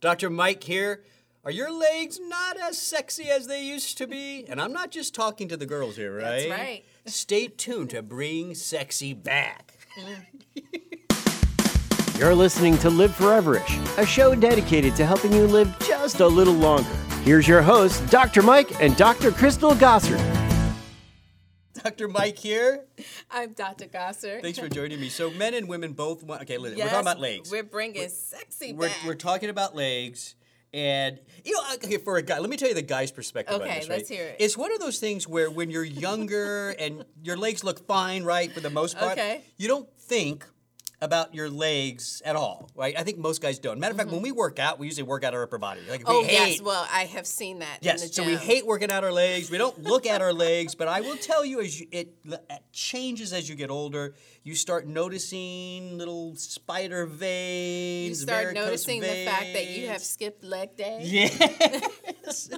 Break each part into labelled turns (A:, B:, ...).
A: Dr. Mike here. Are your legs not as sexy as they used to be? And I'm not just talking to the girls here, right?
B: That's right.
A: Stay tuned to Bring Sexy Back.
C: You're listening to Live Foreverish, a show dedicated to helping you live just a little longer. Here's your hosts, Dr. Mike and Dr. Crystal Gossard.
A: Dr. Mike here.
B: I'm Dr. Gosser.
A: Thanks for joining me. So, men and women both want. Okay, listen,
B: Yes,
A: we're talking about legs.
B: We're bringing sexy
A: we're,
B: back.
A: we're talking about legs and you know okay for a guy let me tell you the guy's perspective on
B: Okay,
A: this, right?
B: let's hear it.
A: it's one of those things where when you're younger and your legs look fine right for the most part
B: Okay.
A: you don't think about your legs at all right i think most guys don't matter of fact when we work out we usually work out our upper body like if
B: Mm-hmm. oh
A: we
B: yes,
A: hate
B: well I have seen that. in the
A: Yes, so
B: gym.
A: we hate working out our legs. We don't look at our legs, but I will tell you, as you, it, it changes as you get older, you start noticing little spider
B: You
A: veins.
B: start
A: varicose
B: noticing the fact that you have
A: veins.
B: skipped leg day.
A: Yes.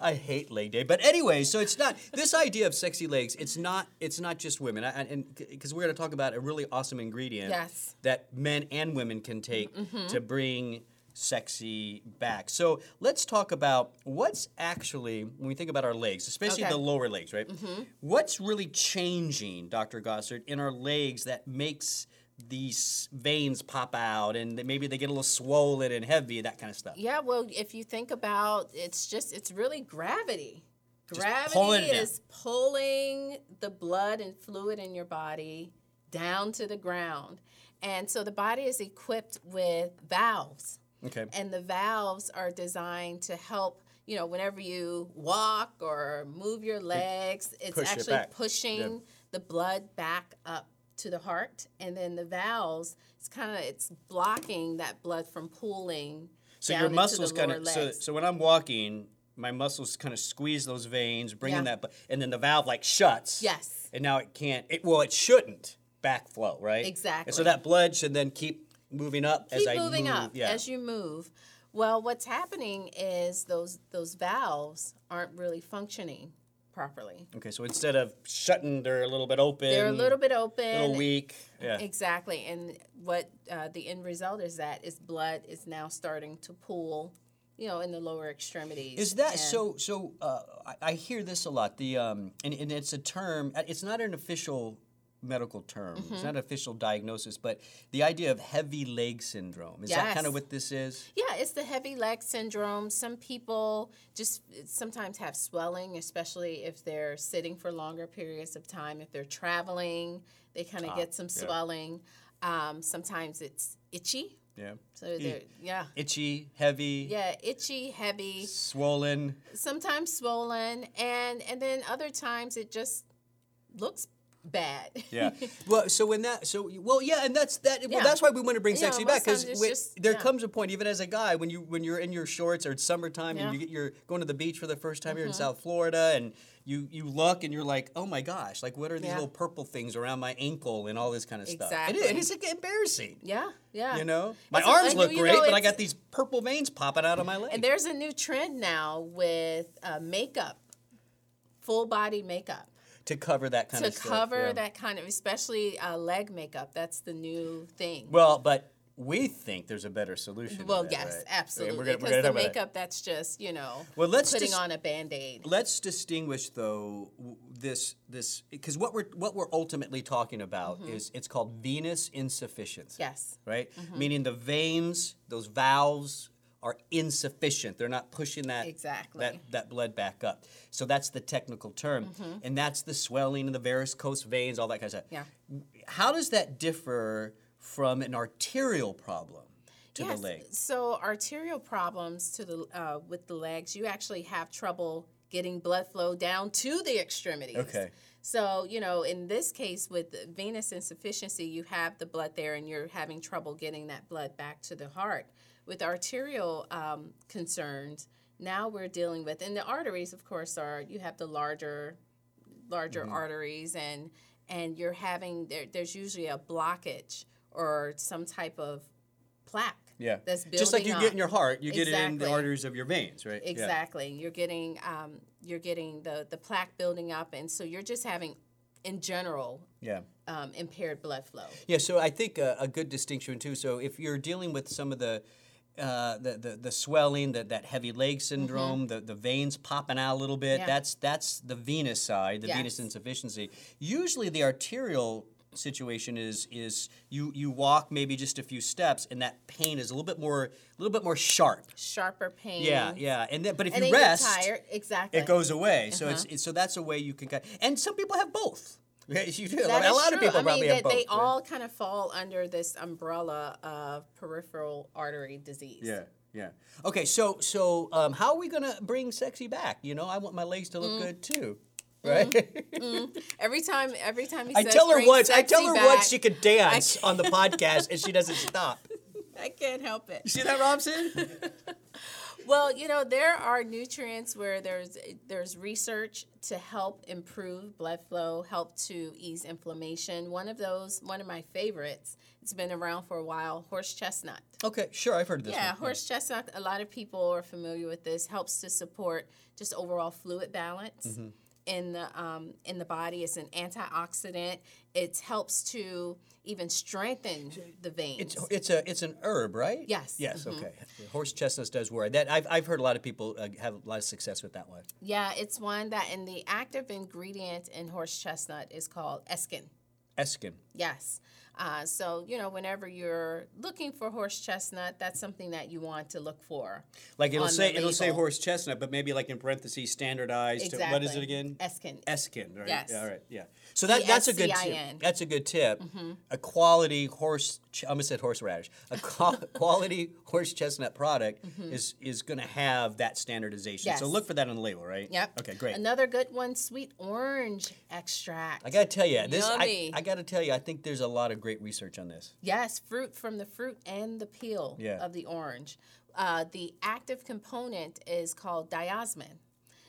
A: I hate leg day, but anyway, so it's not this idea of sexy legs. It's not. It's not just women, I, I- and because we're going to talk about a really awesome ingredient
B: Yes. Mm-hmm.
A: that men and women can take to bring sexy back. So let's talk about what's actually when we think about our legs, especially
B: Okay. Mm-hmm.
A: the lower legs, right? What's really changing, Dr. Gossard, in our legs that makes these veins pop out and that maybe they get a little swollen and heavy, that kind of stuff.
B: Yeah, well, if you think about, it's just it's really gravity. Gravity
A: pulling it down.
B: is pulling the blood and fluid in your body down to the ground, and so the body is equipped with valves.
A: Okay.
B: and the valves are designed to help you know whenever you walk or move your legs it's
A: push it
B: actually
A: back.
B: pushing
A: Yeah.
B: the blood back up to the heart and then the valves it's kind of it's blocking that blood from pooling
A: So
B: down
A: your
B: into
A: muscles
B: the
A: kind
B: lower
A: of so,
B: legs.
A: so when I'm walking, my muscles kind of squeeze those veins, bringing
B: Yeah.
A: that that, and then the valve like shuts.
B: Yes.
A: And now it can't. It well, it shouldn't backflow, right? And so
B: Exactly.
A: that blood should then keep moving up as
B: keep
A: I
B: moving
A: move.
B: up
A: yeah.
B: as you move well what's happening is those those valves aren't really functioning properly
A: okay. So instead of shutting, they're a little bit open.
B: they're a little bit
A: a
B: open
A: little weak. Yeah.
B: Exactly. And what uh, the end result is that is blood is now starting to pool, you know, in the lower extremities.
A: Is that
B: and-
A: so? So uh, I, I hear this a lot. The um, and, and it's a term. uh, It's not an official medical term.
B: Mm-hmm.
A: It's not an official diagnosis, but the idea of heavy leg syndrome is that kind of
B: Yes.
A: what this is?
B: Yeah, it's the heavy leg syndrome. Some people just uh, sometimes have swelling, especially if they're sitting for longer periods of time. If they're traveling, they kind
A: Ah,
B: of get some swelling. Um, sometimes it's itchy.
A: Yeah.
B: So they're, yeah.
A: Itchy, heavy,
B: Yeah, itchy, heavy.
A: swollen.
B: sometimes swollen and and then other times it just looks bad
A: well, so when that, so well, yeah, and that's that. Well,
B: Yeah.
A: that's why we want to bring sexy
B: Yeah,
A: back
B: most times
A: because
B: it's just-
A: there
B: yeah.
A: comes a point, even as a guy, when you when you're in your shorts or it's summertime
B: Yeah. Mm-hmm.
A: and you get you're going to the beach for the first time here in South Florida and you you look and you're like, oh my gosh, like what are these
B: Yeah.
A: little purple things around my ankle and all this kind of stuff? And, it-
B: Exactly.
A: and it's like, embarrassing.
B: yeah yeah
A: You know, my
B: It's a-
A: arms
B: and
A: look
B: you
A: great,
B: know,
A: but I
B: it's-
A: got these purple veins popping out of my leg.
B: and there's a new trend now with uh, makeup full body makeup
A: to cover that kind
B: to
A: of stuff.
B: cover
A: yeah.
B: that kind of especially uh, leg makeup that's the new thing
A: Well, but we think there's a better solution.
B: Well,
A: to that,
B: yes
A: right?
B: absolutely
A: We're gonna, we're gonna
B: because the
A: talk about that.
B: makeup that's just you know
A: Well, let's
B: putting
A: just-
B: on a band-aid
A: Let's distinguish though w- this this because what we're what we're ultimately talking about
B: Mm-hmm.
A: is it's called venous insufficiency.
B: Yes.
A: Right.
B: Mm-hmm.
A: Meaning the veins, those valves are insufficient. They're not pushing that
B: Exactly.
A: that, that blood back up. So that's the technical term, and that's the swelling and the varicose veins, all that kind of stuff.
B: Mm-hmm. Yeah.
A: How does that differ from an arterial problem to the leg?
B: So arterial problems to the uh, with the legs, you actually have trouble getting blood flow down to the extremities.
A: Okay.
B: So you know, in this case with venous insufficiency, you have the blood there, and you're having trouble getting that blood back to the heart. With arterial um, concerns, now we're dealing with, and the arteries, of course, are you have the larger larger
A: Mm-hmm.
B: arteries and and you're having there, there's usually a blockage or some type of plaque
A: Yeah.
B: that's building
A: Just like you get in
B: up.
A: your heart, you get it in the
B: Exactly.
A: arteries of your veins, right? Yeah.
B: exactly you're getting um, you're getting the the plaque building up and so you're just having in general
A: Yeah.
B: um, impaired blood flow
A: Yeah. So I think a, a good distinction too. So if you're dealing with some of the uh, the, the the swelling, that that heavy leg syndrome, the, the veins popping out a little bit.
B: Mm-hmm. Yeah.
A: That's that's the venous side, the venous
B: Yes.
A: insufficiency. Usually, the arterial situation is is you you walk maybe just a few steps, and that pain is a little bit more a little bit more sharp.
B: sharper pain.
A: Yeah, yeah. And then, but if
B: Mm-hmm. And
A: you
B: then
A: rest,
B: you're tired. Uh-huh. Exactly.
A: it goes away. So it's, it's so that's a way you can kind. And some people have both. Yeah, you do.
B: That
A: I mean, a
B: is
A: lot of
B: true.
A: people
B: I
A: probably
B: mean,
A: have
B: that
A: both.
B: they
A: right?
B: all kind of fall under this umbrella of peripheral artery disease.
A: Yeah, yeah. Okay, so so um, how are we gonna bring sexy back? You know, I want my legs to look
B: Mm.
A: good too, right?
B: Every time, every time he
A: I
B: says
A: tell her
B: Mm-hmm. "Bring
A: once. I tell
B: sexy
A: her
B: back,"
A: once she could dance on the podcast, and she doesn't stop.
B: I can't help it.
A: See that, Robson?
B: Well, you know, there are nutrients where there's there's research to help improve blood flow, help to ease inflammation. One of those, one of my favorites, it's been around for a while, horse chestnut.
A: okay, sure. I've heard of this.
B: Yeah,
A: one.
B: horse chestnut, a lot of people are familiar with this, helps to support just overall fluid balance.
A: Mm-hmm.
B: In the um, in the body, it's an antioxidant. It helps to even strengthen the veins.
A: It's, it's a it's an herb, right?
B: Yes. Mm-hmm.
A: Yes. Okay. Horse chestnuts does worry. That I've, I've heard a lot of people uh, have a lot of success with that one.
B: Yeah, it's one that and the active ingredient in horse chestnut is called eskin.
A: Eskin.
B: Yes. Uh, so, you know, whenever you're looking for horse chestnut, that's something that you want to look for.
A: Like it'll
B: On the
A: say it'll say
B: label.
A: horse chestnut, but maybe like in parentheses standardized. to- what is it
B: Exactly.
A: again?
B: Eskin.
A: Eskin, right?
B: Yes.
A: Yeah, all right, yeah. So that, that's a good
B: E-S-C-I-N.
A: tip. That's a good tip.
B: Mm-hmm.
A: A quality horse, ch- I almost said horseradish. A qual- quality horse chestnut product is is going to have that standardization. So
B: Mm-hmm. Yes.
A: look for that on the label, right?
B: Yep.
A: Okay, great.
B: Another good one, sweet orange extract.
A: I got to tell you, this I,
B: Yummy.
A: I got to tell you, I think there's a lot of great research on this.
B: Yes, fruit from the fruit and the peel
A: Yeah.
B: of the orange. Uh, the active component is called diosmin.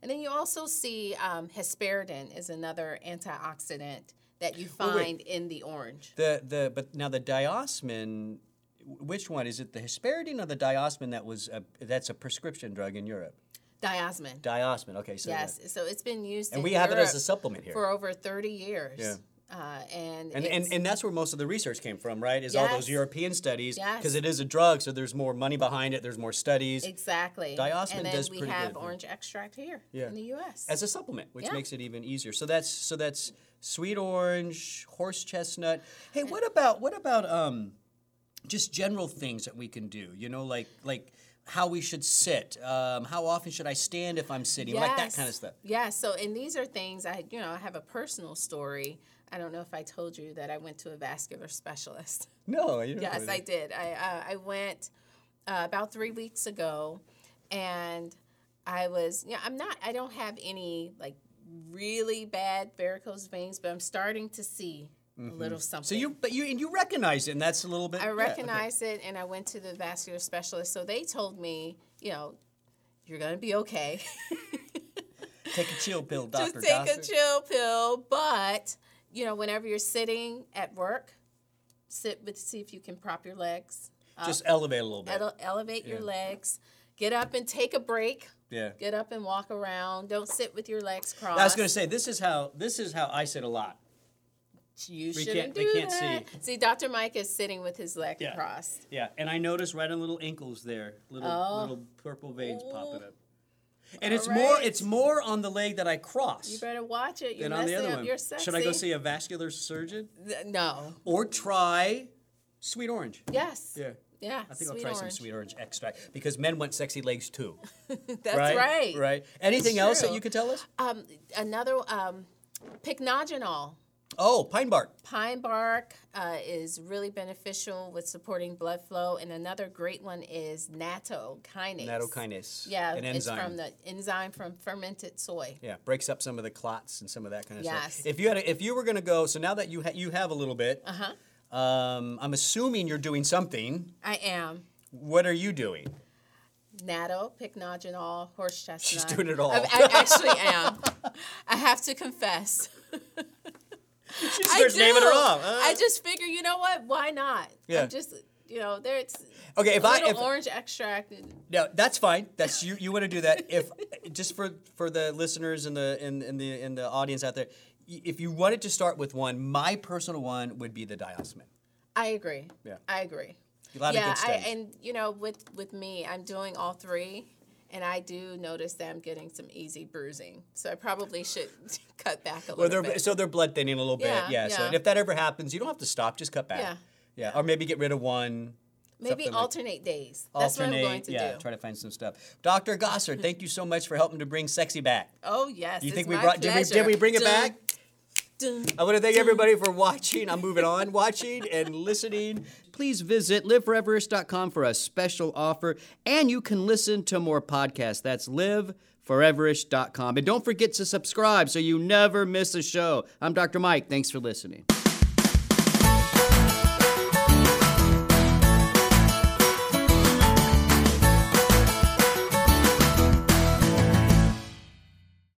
B: And then you also see um, hesperidin is another antioxidant that you find in the orange.
A: The the but now the diosmin wh- which one is it the hesperidin or the diosmin that was a, that's a prescription drug in Europe?
B: Diosmin.
A: Diosmin. Okay, so yeah.
B: yes, so it's been used
A: And
B: in
A: we have it as
B: Europe
A: a supplement here.
B: for over 30 years.
A: Yeah.
B: Uh, and
A: And,
B: it's-
A: and, and that's where most of the research came from, right? Is all those
B: Yes.
A: European studies
B: Yes.
A: because it is a drug, so there's more money behind it. There's more studies
B: exactly.
A: Diosmin
B: and then
A: does
B: we
A: pretty
B: have
A: good, yeah.
B: orange extract here
A: Yeah.
B: in the U.S.
A: as a supplement, which
B: Yeah.
A: makes it even easier. So that's so that's sweet orange, horse chestnut. Hey, what about what about um, just general things that we can do? You know, like like how we should sit, um, how often should I stand if I'm sitting, like that kind of stuff.
B: Yeah. So, and these are things I, you know, I have a personal story. I don't know if I told you that I went to a vascular specialist.
A: No, you don't
B: Yes, I did. I uh, I went uh, about three weeks ago, and I was yeah. I'm not. I don't have any like really bad varicose veins, but I'm starting to see a little something.
A: Mm-hmm. So you but you and you recognize it, and that's a little bit.
B: I
A: yeah, okay.
B: recognized it, and I went to the vascular specialist. So they told me, you know, you're gonna be okay.
A: Take a chill pill,
B: Just
A: doctor.
B: take a chill pill. But you know, whenever you're sitting at work, sit with see if you can prop your legs,
A: Just
B: Uh,
A: elevate a little bit.
B: ele- elevate your legs, get up and take a break.
A: yeah.
B: Get up and walk around. Don't sit with your legs crossed.
A: I was going to say this is how this is how I sit a lot.
B: you
A: we can't-
B: shouldn't do
A: they can't
B: that.
A: see.
B: See, Dr. Mike is sitting with his leg
A: Yeah.
B: crossed.
A: Yeah, and I noticed right on little ankles there, little
B: Oh.
A: little purple veins popping up. And it's more
B: Alright.
A: it's more on the leg that I cross
B: You better watch it. You're
A: than on the
B: messing
A: other
B: up
A: one.
B: your sexy.
A: Should I go see a vascular surgeon
B: Th- No.
A: or try sweet orange?
B: Yes.
A: Yeah.
B: Yeah.
A: I think I'll
B: sweet
A: try some
B: orange.
A: sweet orange extract because men want sexy legs too.
B: That's
A: right?
B: right.
A: Right. Anything else that
B: true.
A: you could tell us?
B: Um, another um, pycnogenol.
A: Oh, pine bark.
B: Pine bark uh, is really beneficial with supporting blood flow, and another great one is nattokinase.
A: Natokinase.
B: Yeah,
A: An
B: it's
A: enzyme.
B: from the enzyme from fermented soy.
A: Yeah, breaks up some of the clots and some of that kind of
B: Yes.
A: stuff. If you had, a, if you were gonna go, so now that you ha- you have a little bit, uh-huh. um, I'm assuming you're doing something.
B: I am
A: What are you doing?
B: natto, pycnogenol, horse chestnut.
A: She's doing it all.
B: I, I actually am. I have to confess.
A: She
B: I
A: starts naming her
B: do.
A: off.
B: I just figure, you know what? Why not?
A: Uh. Yeah.
B: I'm just, you know, there it's
A: Uh, okay, if I
B: little
A: if,
B: orange extract. and-
A: no, that's fine. That's you. You want to do that if just for for the listeners and the and, and the and the audience out there. y- If you wanted to start with one, my personal one would be the diosmin.
B: I agree.
A: Yeah.
B: I agree.
A: A lot of
B: yeah,
A: good
B: I,
A: studies.
B: and you know, with with me, I'm doing all three, and I do notice that I'm getting some easy bruising. So I probably should cut back a
A: Or
B: little
A: they're,
B: bit.
A: so they're blood thinning a little
B: Yeah,
A: bit. Yeah. So
B: yeah.
A: and if that ever happens, you don't have to stop. Just cut back.
B: Yeah.
A: Yeah. Or maybe get rid of one.
B: Maybe
A: something like-
B: alternate days. That's what I'm going to
A: yeah,
B: do.
A: try to find some stuff. Dr. Gossard, thank you so much for helping to bring sexy back.
B: oh yes.
A: Do you
B: it's
A: think we
B: my
A: brought? Did we, did
B: pleasure.
A: we bring it
B: Dun,
A: back?
B: dun.
A: I want to thank everybody for watching. I'm moving on, watching and listening. Please visit liveforeverish.com for a special offer, and you can listen to more podcasts. That's liveforeverish.com. And don't forget to subscribe so you never miss a show. I'm Dr. Mike. Thanks for listening.